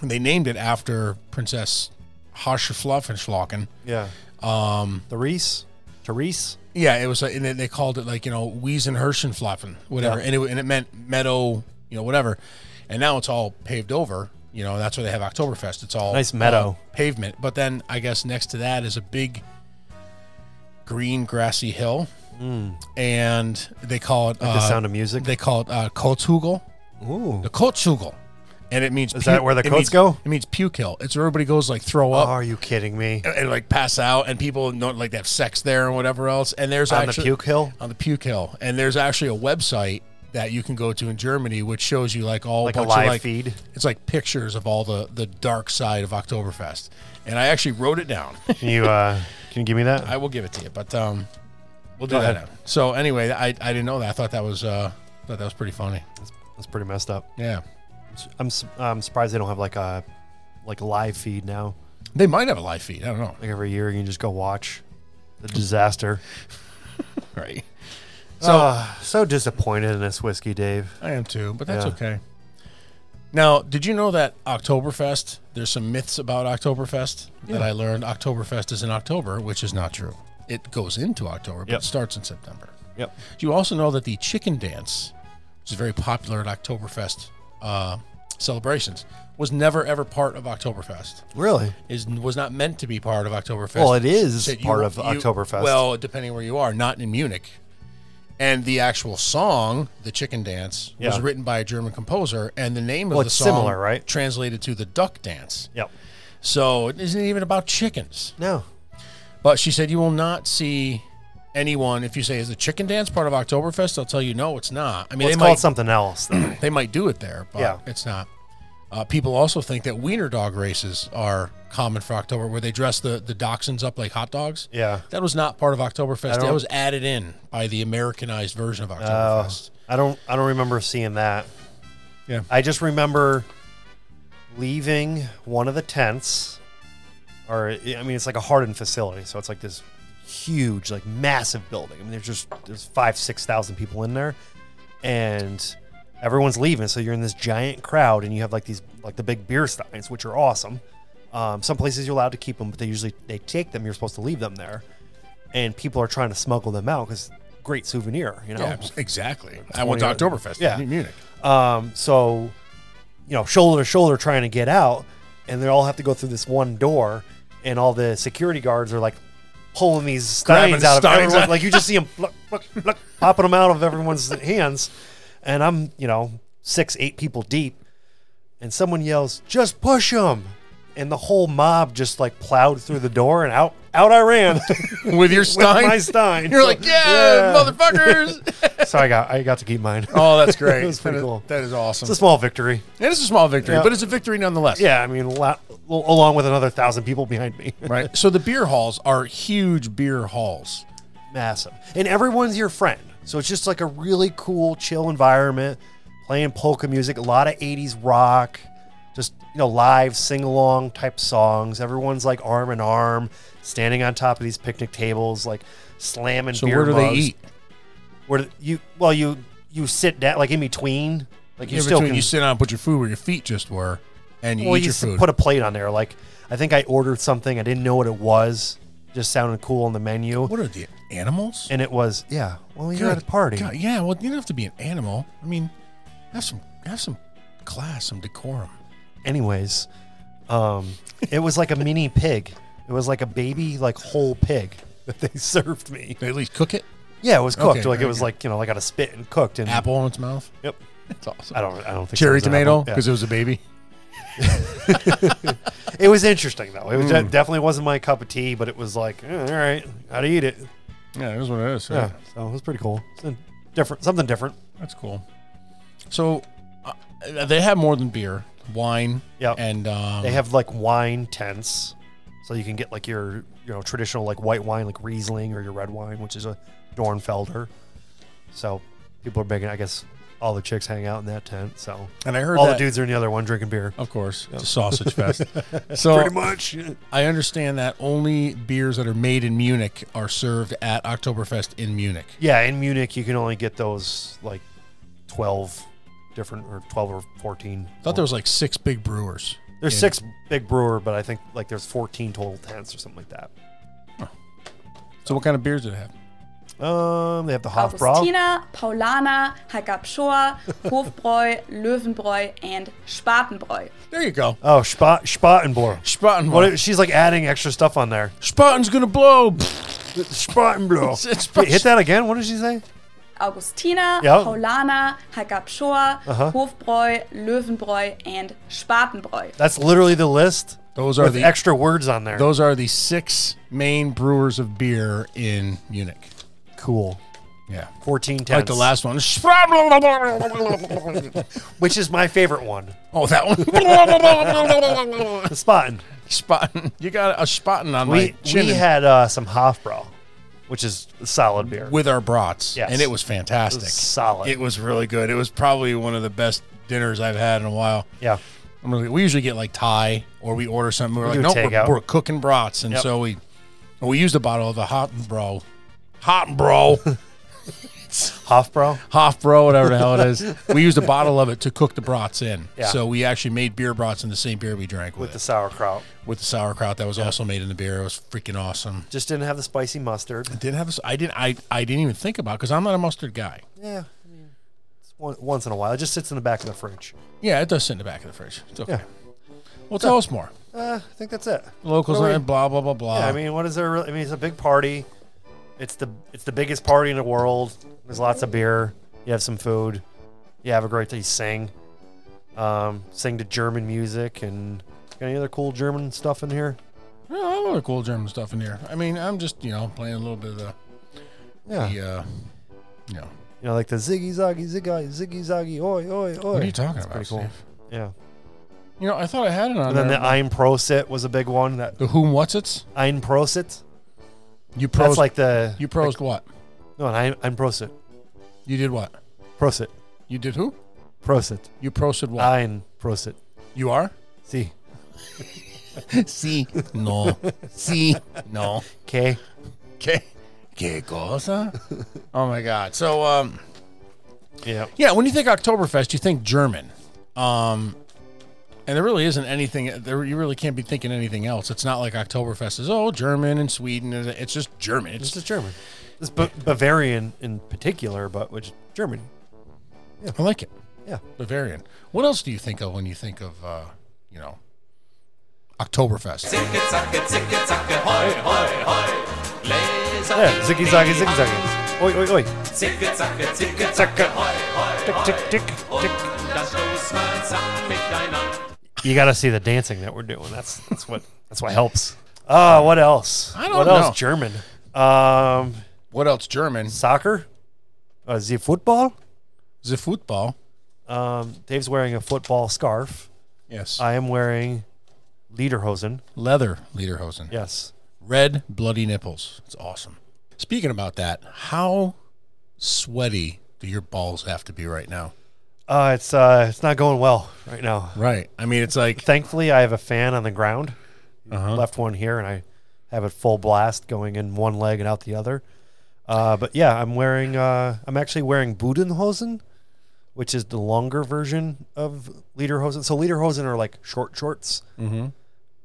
S2: And they named it after Princess Hascherfluffenschlacken.
S4: Yeah. Um, Therese, Therese.
S2: Yeah, it was, uh, and they- they called it like you know Wiesenhirschenflappen, whatever,
S4: Yeah.
S2: and it and it meant meadow, you know, whatever. And now it's all paved over. You know, that's where they have Oktoberfest. It's all
S4: Nice meadow.
S2: uh, pavement. But then I guess next to that is a big green grassy hill, and they call it
S4: Hmm. the
S2: uh,
S4: Sound of Music?
S2: They call it uh, Kotzhugel,
S4: Ooh.
S2: the Kotzhugel, and it means
S4: Is that where the
S2: it
S4: coats
S2: means-
S4: go?
S2: It means puke hill. It's where everybody goes like throw up.
S4: Oh, are you kidding me?
S2: and, and, like pass out, and people don't like to have sex there and whatever else. And there's
S4: On the
S2: actually,
S4: puke hill?
S2: on the puke hill, and there's actually a website that you can go to in Germany, which shows you like all
S4: Like a
S2: bunch
S4: live
S2: of like
S4: feed?
S2: It's like pictures of all the the dark side of Oktoberfest, and I actually wrote it down.
S4: Can you uh, can you give me that?
S2: I will give it to you, but um, we'll do
S4: Go
S2: that.
S4: ahead.
S2: now. So anyway, I, I didn't know that. I thought that was uh, thought that was pretty funny.
S4: That's pretty messed up.
S2: Yeah,
S4: I'm su- I'm surprised they don't have like a like a live feed now.
S2: they might have a live feed. I don't know.
S4: Like every year you can just go watch the disaster.
S2: Right. So
S4: So disappointed in this whiskey, Dave.
S2: I am too, but that's
S4: Yeah.
S2: okay. Now, did you know that Oktoberfest, there's some myths about Oktoberfest that I learned. Oktoberfest is in October, which is not true. It goes into October, but
S4: Yep.
S2: it starts in September.
S4: Yep.
S2: Do you also know that the chicken dance, which is very popular at Oktoberfest uh, celebrations, was never ever part of Oktoberfest?
S4: Really?
S2: Is was not meant to be part of Oktoberfest.
S4: Well, it is
S2: That you-
S4: part of
S2: you-
S4: Oktoberfest.
S2: Well, depending where you are, not in Munich. And the actual song, "The Chicken Dance," was
S4: Yeah.
S2: written by a German composer, and the name
S4: Well,
S2: of the
S4: it's
S2: song
S4: similar, right?
S2: translated to "The Duck Dance."
S4: Yep.
S2: So it isn't even about chickens.
S4: No.
S2: But she said you will not see anyone if you say is the chicken dance part of Oktoberfest. They'll tell you no, it's not. I
S4: Well,
S2: mean, they
S4: it's called
S2: might
S4: something else. though.
S2: they might do it there, but
S4: Yeah.
S2: it's not. Uh, people also think that wiener dog races are common for October, where they dress the the dachshunds up like hot dogs.
S4: yeah.
S2: That was not part of Oktoberfest. That
S4: don't-
S2: was added in by the Americanized version of
S4: Oh,
S2: Oktoberfest.
S4: I don't. I don't remember seeing that.
S2: Yeah.
S4: I just remember leaving one of the tents, or I mean, it's like a hardened facility, so it's like this huge, like massive building. I mean, there's just there's five, six thousand people in there, and everyone's leaving, so you're in this giant crowd, and you have like these like the big beer steins, which are awesome. Um, some places you're allowed to keep them, but they usually they take them. You're supposed to leave them there, and people are trying to smuggle them out because great souvenir, you know.
S2: yeah, exactly. I went to Oktoberfest.
S4: Oh. Yeah.
S2: in Munich.
S4: Um, so, you know, shoulder to shoulder trying to get out, and they all have to go through this one door, and all the security guards are like pulling these
S2: Grabbing
S4: steins out of
S2: steins
S4: everyone.
S2: out.
S4: Like you just see them look, look, look, popping them out of everyone's hands, and I'm you know six eight people deep, and someone yells, "Just push them!" And the whole mob just like plowed through the door and out out I ran.
S2: With your Stein,
S4: my Stein.
S2: you're like, yeah, motherfuckers.
S4: so I got I got to keep mine.
S2: oh, that's great.
S4: That was pretty
S2: That is-
S4: cool.
S2: That is awesome.
S4: It's a small victory.
S2: It is a small victory,
S4: Yeah.
S2: but it's a victory nonetheless.
S4: Yeah, I mean, a lot- along with another thousand people behind me.
S2: Right. So the beer halls are huge beer halls.
S4: Massive. And everyone's your friend. So it's just like a really cool, chill environment, playing polka music, a lot of 80s rock, just, you know, live sing along type songs. Everyone's like arm in arm, standing on top of these picnic tables, like slamming
S2: So
S4: beer
S2: where do they
S4: mugs.
S2: eat?
S4: Where do- you, well, you, you sit down, like in between. Like you
S2: in
S4: still
S2: between,
S4: can,
S2: you sit down and put your food where your feet just were, and you
S4: well,
S2: eat
S4: you
S2: your
S4: s-
S2: food.
S4: put a plate on there. Like I think I ordered something. I didn't know what it was. Just sounded cool on the menu,
S2: what are the animals?
S4: and it was yeah. Well, you're at
S2: Good
S4: a party.
S2: God, yeah, well, you don't have to be an animal. I mean, have some have some class, some decorum.
S4: Anyways, um, it was like a mini pig. It was like a baby, like whole pig that they served me.
S2: They at least cook it.
S4: Yeah, it was cooked.
S2: Okay,
S4: like it
S2: very
S4: was
S2: good.
S4: like you know, like on a spit and cooked. And
S2: Apple in its mouth.
S4: Yep.
S2: It's awesome.
S4: I don't. I don't think it
S2: Cherry
S4: was an
S2: tomato
S4: apple.
S2: because it was a baby.
S4: Yeah. It was interesting though. It was
S2: Mm.
S4: de- definitely wasn't my cup of tea, but it was like eh, all right, how to eat it.
S2: Yeah, it is what it is.
S4: Yeah. So it was pretty cool. It's a different, something different.
S2: That's cool. So uh, they have more than beer, wine,
S4: Yep.
S2: and um,
S4: They have like wine tents, so you can get like your you know traditional like white wine like Riesling or your red wine, which is a Dornfelder. So people are making, I guess, all the chicks hang out in that tent. So
S2: and I heard
S4: all
S2: that,
S4: the
S2: Oh,
S4: dudes are in the other one drinking beer.
S2: Of course, it's a sausage fest. so
S4: much.
S2: I understand that only beers that are made in Munich are served at Oktoberfest in Munich.
S4: Yeah, in Munich you can only get those like twelve different or twelve or fourteen.
S2: I thought there was like six big brewers.
S4: there's
S2: in-
S4: six big brewer, but I think like there's fourteen total tents or something like that.
S2: So what kind of beers do they have?
S4: Um, they have the Hofbrau.
S6: Augustina, Paulana, Hackabschor, Hofbräu, Löwenbräu, and Spatenbräu.
S2: There you go.
S4: Oh, Spa- Spatenbor.
S2: Spaten.
S4: What if- she's like adding extra stuff on there.
S2: Spaten's gonna blow.
S4: Spartanblow.
S2: It's- it's-
S4: Wait, Oh, hit that again. What did she say?
S6: Augustina,
S4: Ja.
S6: Paulana, Hackabschor, Hofbräu, Löwenbräu, and Spatenbräu.
S4: That's literally the list.
S2: Those are
S4: with
S2: the
S4: extra words on there.
S2: those are the six main brewers of beer in Munich.
S4: cool.
S2: Yeah.
S4: Fourteen tents.
S2: Like the last one.
S4: which is my favorite one.
S2: Oh, that one.
S4: The Spaten.
S2: Spaten. You got a Spaten on my
S4: We
S2: chin
S4: we
S2: and-
S4: had uh, some Hofbrau, which is a solid beer.
S2: with our brats.
S4: Yes.
S2: And it was fantastic.
S4: It was solid.
S2: It was really good. It was probably one of the best dinners I've had in a while.
S4: yeah.
S2: I'm really, we usually get like Thai or we order something. We're
S4: do
S2: like, nope, we're,
S4: takeout.
S2: we're cooking brats. And
S4: Yep.
S2: so we we used a bottle of the hot and bro. Hot and bro.
S4: Hofbräu.
S2: Hofbräu, whatever the hell it is. We used a bottle of it to cook the brats in.
S4: Yeah.
S2: So we actually made beer brats in the same beer we drank with,
S4: with the sauerkraut.
S2: it, with the sauerkraut that was also made in the beer. It was freaking awesome.
S4: Just didn't have the spicy mustard.
S2: Didn't have a s- I didn't I, I didn't even think about because I'm not a mustard guy.
S4: Yeah, I mean, it's one, once in a while. It just sits in the back of the fridge.
S2: Yeah, it does sit in the back of the fridge. It's okay.
S4: Yeah.
S2: Well, tell us more.
S4: Uh, I think that's it.
S2: Locals
S4: What do we-
S2: learn blah blah blah blah.
S4: Yeah, I mean, what is there? Really, I mean, it's a big party. It's the it's the biggest party in the world. There's lots of beer. You have some food. You have a great day. You sing, um, sing to German music and got any other cool German stuff in here?
S2: Yeah, a lot of cool German stuff in here. I mean, I'm just you know playing a little bit of the,
S4: Yeah,
S2: the uh, you know
S4: you know, like the ziggy zaggy ziggy ziggy zaggy oi oi oi.
S2: what are you talking about?
S4: pretty cool.
S2: Steve?
S4: Yeah,
S2: You know, I thought I had it on
S4: and then
S2: there.
S4: the uh, Ein Prosit was a big one. That
S2: the whom what's it's
S4: Ein Prosit.
S2: you pros
S4: That's like the
S2: you pros what
S4: no, an Ein, ein Prosit.
S2: you did what
S4: Prosit.
S2: you did who
S4: Prosit.
S2: you prosted what
S4: Ein Prosit.
S2: you are
S4: See.
S2: see no see no
S4: Okay.
S2: okay que cosa oh my god so um
S4: Yeah.
S2: Yeah, when you think Oktoberfest, you think German. Um, and there really isn't anything. There, you really can't be thinking anything else. It's not like Oktoberfest is oh German and Sweden. and It's just German. It's
S4: It's just German. This ba- Bavarian in particular, but which Germany.
S2: I like it.
S4: Yeah.
S2: Bavarian. What else do you think of when you think of uh, you know Oktoberfest?
S7: Zicke, zacke, zicke, zacke, hoi, hoi, hoi. Laser.
S4: Yeah. Ziggy zaggy ziggy zaggy. Oi oi oi.
S7: Zicke, zacke, zicke,
S4: Zacke.
S7: zacke, hoi, hoi,
S4: Tick
S7: hoi.
S4: tick tick
S7: Und
S4: tick.
S7: dann stoßen wir zusammen miteinander.
S4: You got to see the dancing that we're doing. That's that's what that's what helps. Uh, what else?
S2: I don't
S4: what
S2: know.
S4: else German? Um,
S2: What else German?
S4: soccer? Uh, the football?
S2: The football.
S4: Um, Dave's wearing a football scarf.
S2: Yes.
S4: I am wearing lederhosen.
S2: Leather lederhosen.
S4: Yes.
S2: Red bloody nipples. It's awesome. Speaking about that, how sweaty do your balls have to be right now?
S4: Uh, it's uh, it's not going well right now.
S2: Right. I mean, it's like
S4: Thankfully, I have a fan on the ground. Left one here, and I have it full blast going in one leg and out the other. Uh, but yeah, I'm wearing. Uh, I'm actually wearing Budenhosen, which is the longer version of lederhosen. So lederhosen are like short shorts, mm-hmm.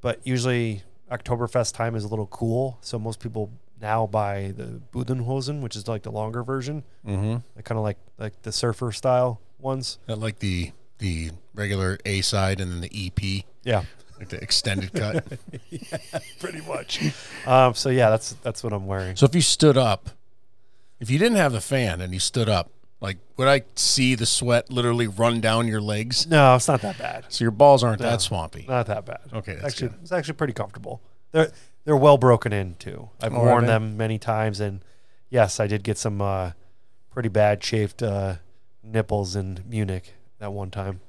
S4: but usually Oktoberfest time is a little cool, so most people now buy the Budenhosen, which is like the longer version, mm-hmm. kind of like like the surfer style ones.
S2: I like the the regular A side and then the EP,
S4: Yeah.
S2: like the extended cut.
S4: pretty much. um, so yeah, that's that's what I'm wearing.
S2: So if you stood up, if you didn't have the fan and you stood up, like would I see the sweat literally run down your legs?
S4: No, it's not that bad.
S2: So your balls aren't that swampy.
S4: Not that bad.
S2: Okay, that's
S4: actually,
S2: good.
S4: it's actually pretty comfortable. They're they're well broken in too. I've
S2: All right,
S4: worn
S2: man.
S4: them many times, and yes, I did get some uh, pretty bad chafed uh, nipples in Munich that one time.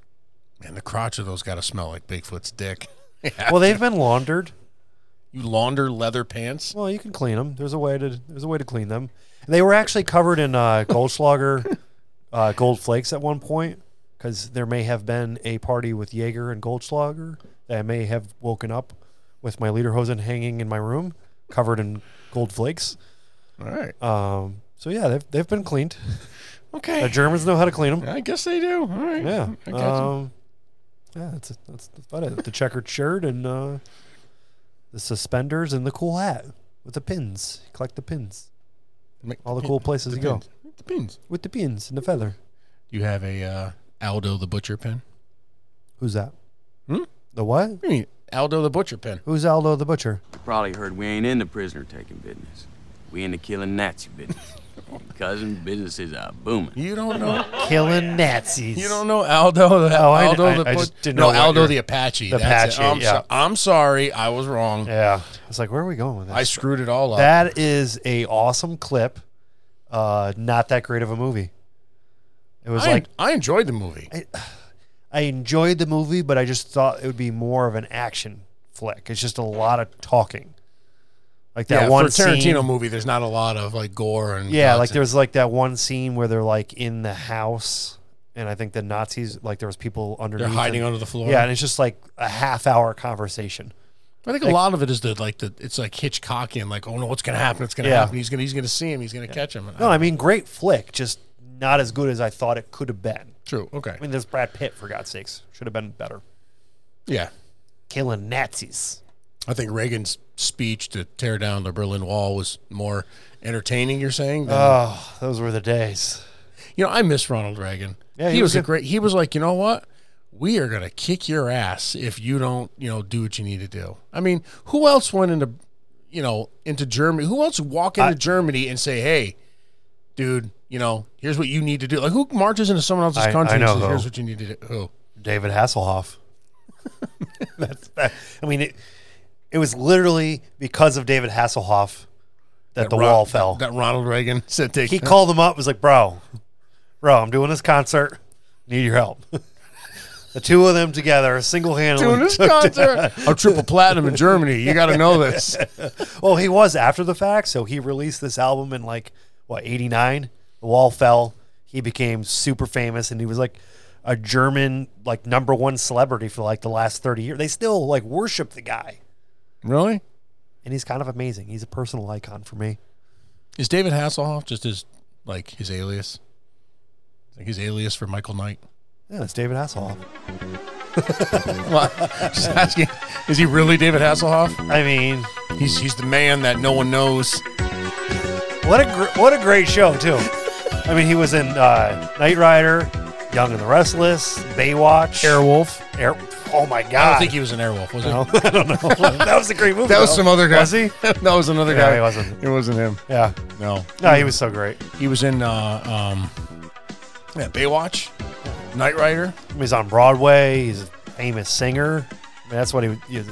S2: And the crotch of those got to smell like Bigfoot's dick.
S4: Well, they've been laundered.
S2: You launder leather pants.
S4: Well, you can clean them. There's a way to there's a way to clean them. They were actually covered in uh, Goldschlager uh, gold flakes at one point because there may have been a party with Jaeger and Goldschlager that I may have woken up with my lederhosen hanging in my room covered in gold flakes.
S2: All right.
S4: Um, so yeah, they've they've been cleaned. The
S2: okay.
S4: Germans know how to clean them.
S2: I guess they do. All right.
S4: Yeah.
S2: I got you.
S4: Um, yeah, that's that's that's about it. The checkered shirt and uh, the suspenders and the cool hat with the pins. Collect the pins.
S2: Make
S4: all the cool places
S2: the
S4: you go.
S2: pins. The pins.
S4: with the pins and the feather.
S2: You have a uh, Aldo the butcher pin.
S4: Who's that?
S2: Hmm?
S4: The what?
S2: What do you mean, Aldo the butcher pin?
S4: Who's Aldo the butcher?
S8: probably heard we ain't in the prisoner taking business. We in the killing Nazi business. Cousin businesses are booming.
S2: You don't know.
S4: Killing Nazis.
S2: You don't know Aldo the
S4: Oh, I-
S2: Aldo
S4: I-
S2: the
S4: I
S2: Butch-
S4: just didn't
S2: no
S4: know what
S2: Aldo
S4: your-
S2: the Apache.
S4: the
S2: That's it.
S4: Apache,
S2: I'm,
S4: yeah.
S2: so- I'm sorry, I was wrong.
S4: Yeah. I was like, where are we going with that?
S2: I screwed it all up.
S4: that is a awesome clip. Uh, not that great of a movie. It was
S2: I,
S4: like
S2: I enjoyed the movie.
S4: I enjoyed the movie, but I just thought it would be more of an action flick. It's just a lot of talking. Like that
S2: yeah,
S4: one
S2: for a Tarantino
S4: scene.
S2: movie, there's not a lot of like gore and uh,
S4: Yeah, like
S2: guts and-
S4: there's like that one scene where they're like in the house, and I think the Nazis like there was people underneath.
S2: they're hiding
S4: and-
S2: under the floor.
S4: Yeah, and it's just like a half hour conversation.
S2: I think a lot of it is the like the it's like Hitchcockian, like oh no, what's gonna happen? It's gonna
S4: Yeah.
S2: happen. He's gonna he's gonna see him. He's gonna catch him.
S4: No, I mean great flick, just not as good as I thought it could have been.
S2: True. Okay.
S4: I mean, there's Brad Pitt for God's sakes. Should have been better.
S2: yeah.
S4: Killing Nazis.
S2: I think Reagan's speech to tear down the Berlin Wall was more entertaining. You're saying? Than,
S4: Oh, those were the days.
S2: you know, I miss Ronald Reagan.
S4: Yeah,
S2: he,
S4: he was
S2: was, a
S4: good.
S2: great. He was like, you know what? We are gonna kick your ass if you don't, you know, do what you need to do. I mean, who else went into, you know, into Germany? Who else walk into
S4: I-
S2: Germany and say, hey, dude, you know, here's what you need to do? Like, who marches into someone else's
S4: I- I
S2: country and
S4: know
S2: says,
S4: who.
S2: here's what you need to do? Who?
S4: David Hasselhoff. That's that, I mean, it, it was literally because of David Hasselhoff that, the
S2: Ron-
S4: wall fell.
S2: That Ronald Reagan said, take.
S4: he called him up. Was like, bro, bro, I'm doing this concert. Need your help. the two of them together, single
S2: doing
S4: handedly.
S2: this concert. I'm triple platinum in Germany. You got to know this.
S4: Well, he was after the fact, so he released this album in like what '89. The wall fell. He became super famous, and he was like a German like number one celebrity for like the last thirty years. They still like worship the guy,
S2: Really?
S4: and he's kind of amazing. He's a personal icon for me.
S2: Is David Hasselhoff just his like his alias? Like his alias for Michael Knight?
S4: Yeah, it's David Hasselhoff.
S2: just asking. Is he really David Hasselhoff?
S4: I mean,
S2: He's he's the man that no one knows.
S4: what a gr- what a great show too. I mean, he was in uh, Knight Rider, Young and the Restless, Baywatch,
S2: Airwolf.
S4: Air- oh my
S2: I
S4: god!
S2: don't think he was an airwolf, was he?
S4: I don't know. that was a great movie.
S2: That was
S4: though.
S2: some other guy.
S4: Was he?
S2: that was another
S4: No,
S2: guy.
S4: he wasn't.
S2: It wasn't him.
S4: Yeah.
S2: No.
S4: No, he was so great.
S2: He was in uh, um, yeah, Baywatch, Knight Rider.
S4: I mean, he's on Broadway. He's a famous singer. I mean, that's what he. would- He, was-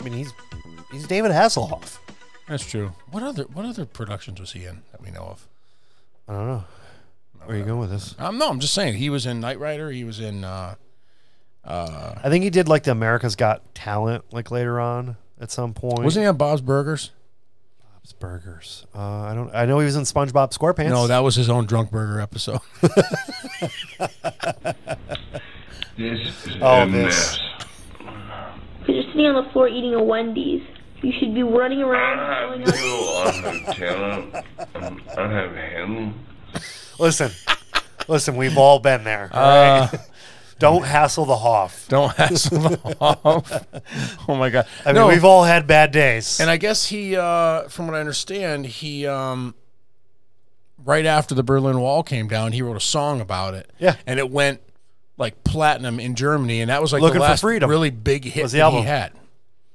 S4: I mean, he's he's David Hasselhoff.
S2: That's true. What other what other productions was he in that we know of?
S4: I don't know. Where are you going with this?
S2: Um, no, I'm just saying he was in Knight Rider. He was in. Uh,
S4: I think he did like the America's Got Talent like later on at some point.
S2: wasn't he on Bob's Burgers?
S4: Bob's Burgers? Uh, I don't. I know he was in SpongeBob SquarePants.
S2: No, that was his own drunk burger episode.
S4: Oh, this.
S9: You're sitting on the floor eating a Wendy's. You should be running around. going on-
S4: Listen, listen. We've all been there. all
S2: Uh,
S4: right? don't hassle the Hoff.
S2: Don't hassle them off. Oh my god!
S4: I mean,
S2: no,
S4: we've all had bad days.
S2: and I guess he, uh, from what I understand, he um, right after the Berlin Wall came down, he wrote a song about it.
S4: Yeah.
S2: and it went like platinum in Germany, and that was like
S4: Looking
S2: the
S4: for
S2: last
S4: Freedom
S2: really big hit
S4: was the
S2: that
S4: album.
S2: he had.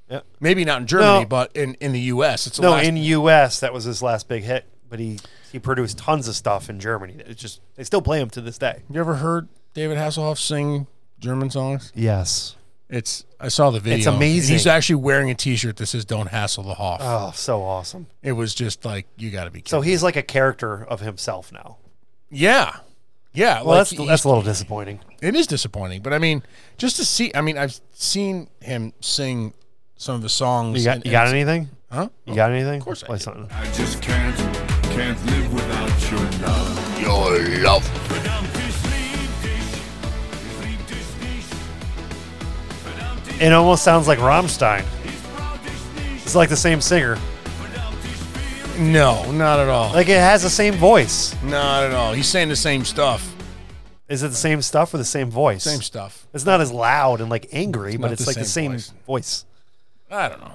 S4: Yeah.
S2: Maybe not in Germany,
S4: No.
S2: but in, in the U.S. It's the
S4: No,
S2: last-
S4: in U.S. that was his last big hit, but he he produced tons of stuff in Germany. It's just they still play him to this day.
S2: You ever heard David Hasselhoff sing German songs?
S4: Yes.
S2: It's I saw the video.
S4: It's amazing.
S2: He's actually wearing a T-shirt that says "Don't hassle the Hoff."
S4: Oh, so awesome.
S2: it was just like you got to be. Kidding.
S4: So he's like a character of himself now.
S2: yeah, yeah.
S4: Well,
S2: like,
S4: that's
S2: he-
S4: that's a little disappointing.
S2: it is disappointing, but I mean, just to see. I mean, I've seen him sing some of the songs.
S4: You got
S2: and-
S4: you got
S2: and-
S4: anything?
S2: Huh?
S4: You got anything? Of
S2: course I
S4: Play
S2: do.
S4: something.
S10: I just can't, can't live without your love.
S7: Your love.
S4: It almost sounds like Rammstein. It's like the same singer.
S2: No, not at all.
S4: Like it has the same voice.
S2: not at all. He's saying the same stuff.
S4: Is it the same stuff or the same voice?
S2: Same stuff.
S4: It's not as loud and like angry, but
S2: not
S4: it's
S2: the
S4: like the
S2: same
S4: same
S2: voice.
S4: voice.
S2: I don't know.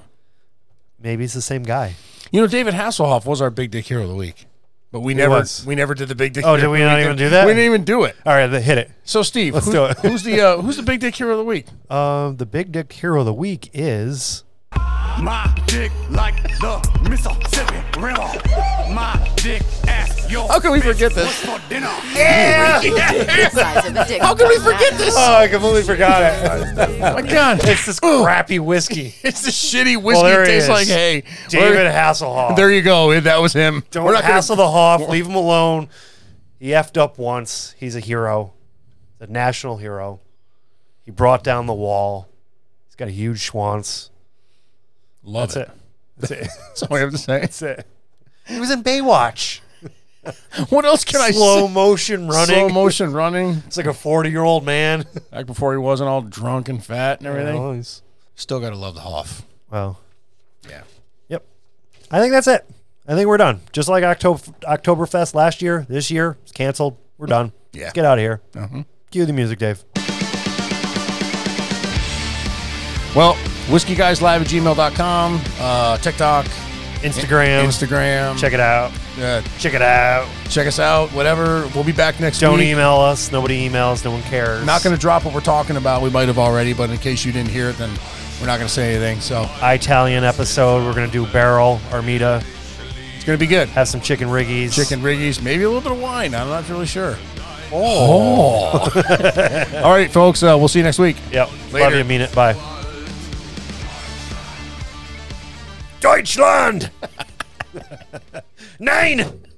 S4: Maybe it's the same guy.
S2: You know, David Hasselhoff was our big dick hero of the week, but we never
S4: was.
S2: we never did the big dick.
S4: Oh,
S2: hero
S4: did we
S2: of the
S4: not
S2: week.
S4: even do that?
S2: We didn't even do it.
S4: All right, then hit it.
S2: So, Steve,
S4: Let's
S2: who-
S4: do it.
S2: who's the uh, who's the big dick hero of the week?
S4: Um, the big dick hero of the week is
S10: My dick like the Mississippi River. My dick ass your
S2: How can we forget this?
S10: for dinner.
S3: Size of a dick.
S2: How can we forget this?
S4: Oh, I completely forgot it.
S2: my God,
S4: It's this crappy whiskey.
S2: it's the shitty
S4: Well,
S2: whiskey.
S4: there it
S2: tastes
S4: is.
S2: like hay.
S4: David
S2: There-
S4: Hasselhoff.
S2: There you go. That was him.
S4: Don't
S2: We're not gonna-
S4: hassle the Hoff. Leave him alone. He effed up once. He's a hero, a national hero. He brought down the wall. He's got a huge schwanz.
S2: Love
S4: That's it. That's it.
S2: That's all I have to say.
S4: That's it. He was in Baywatch.
S2: What else can I
S4: Slow
S2: say?
S4: motion running.
S2: Slow motion running.
S4: It's like a 40 year old man.
S2: Back before he wasn't all drunk and fat and everything.
S4: Nice.
S2: Still gotta love the Hoff.
S4: Wow.
S2: Yeah.
S4: Yep. I think that's it. I think we're done. Just like October Oktoberfest last year, this year it's canceled. We're done.
S2: Yeah.
S4: Get out of here.
S2: Uh-huh.
S4: Cue the music, Dave.
S2: Well, whiskeyguyslive at gmail.com, uh, TikTok,
S4: Instagram.
S2: Instagram.
S4: Check it out.
S2: Uh,
S4: Check it out.
S2: check us out, whatever. We'll be back next
S4: Don't
S2: week.
S4: email us. Nobody emails. No one cares.
S2: Not going to drop what we're talking about. We might have already, but in case you didn't hear it, then we're not going to say anything. So
S4: Italian episode. We're gonna do barrel armita.
S2: it's going to be good.
S4: Have some chicken riggies.
S2: Chicken riggies, maybe a little bit of wine. I'm not really sure. Oh. All right, folks. Uh, we'll see you next week.
S4: Yep. Love
S2: Later.
S4: you. Mean it. Bye. Deutschland. Nine.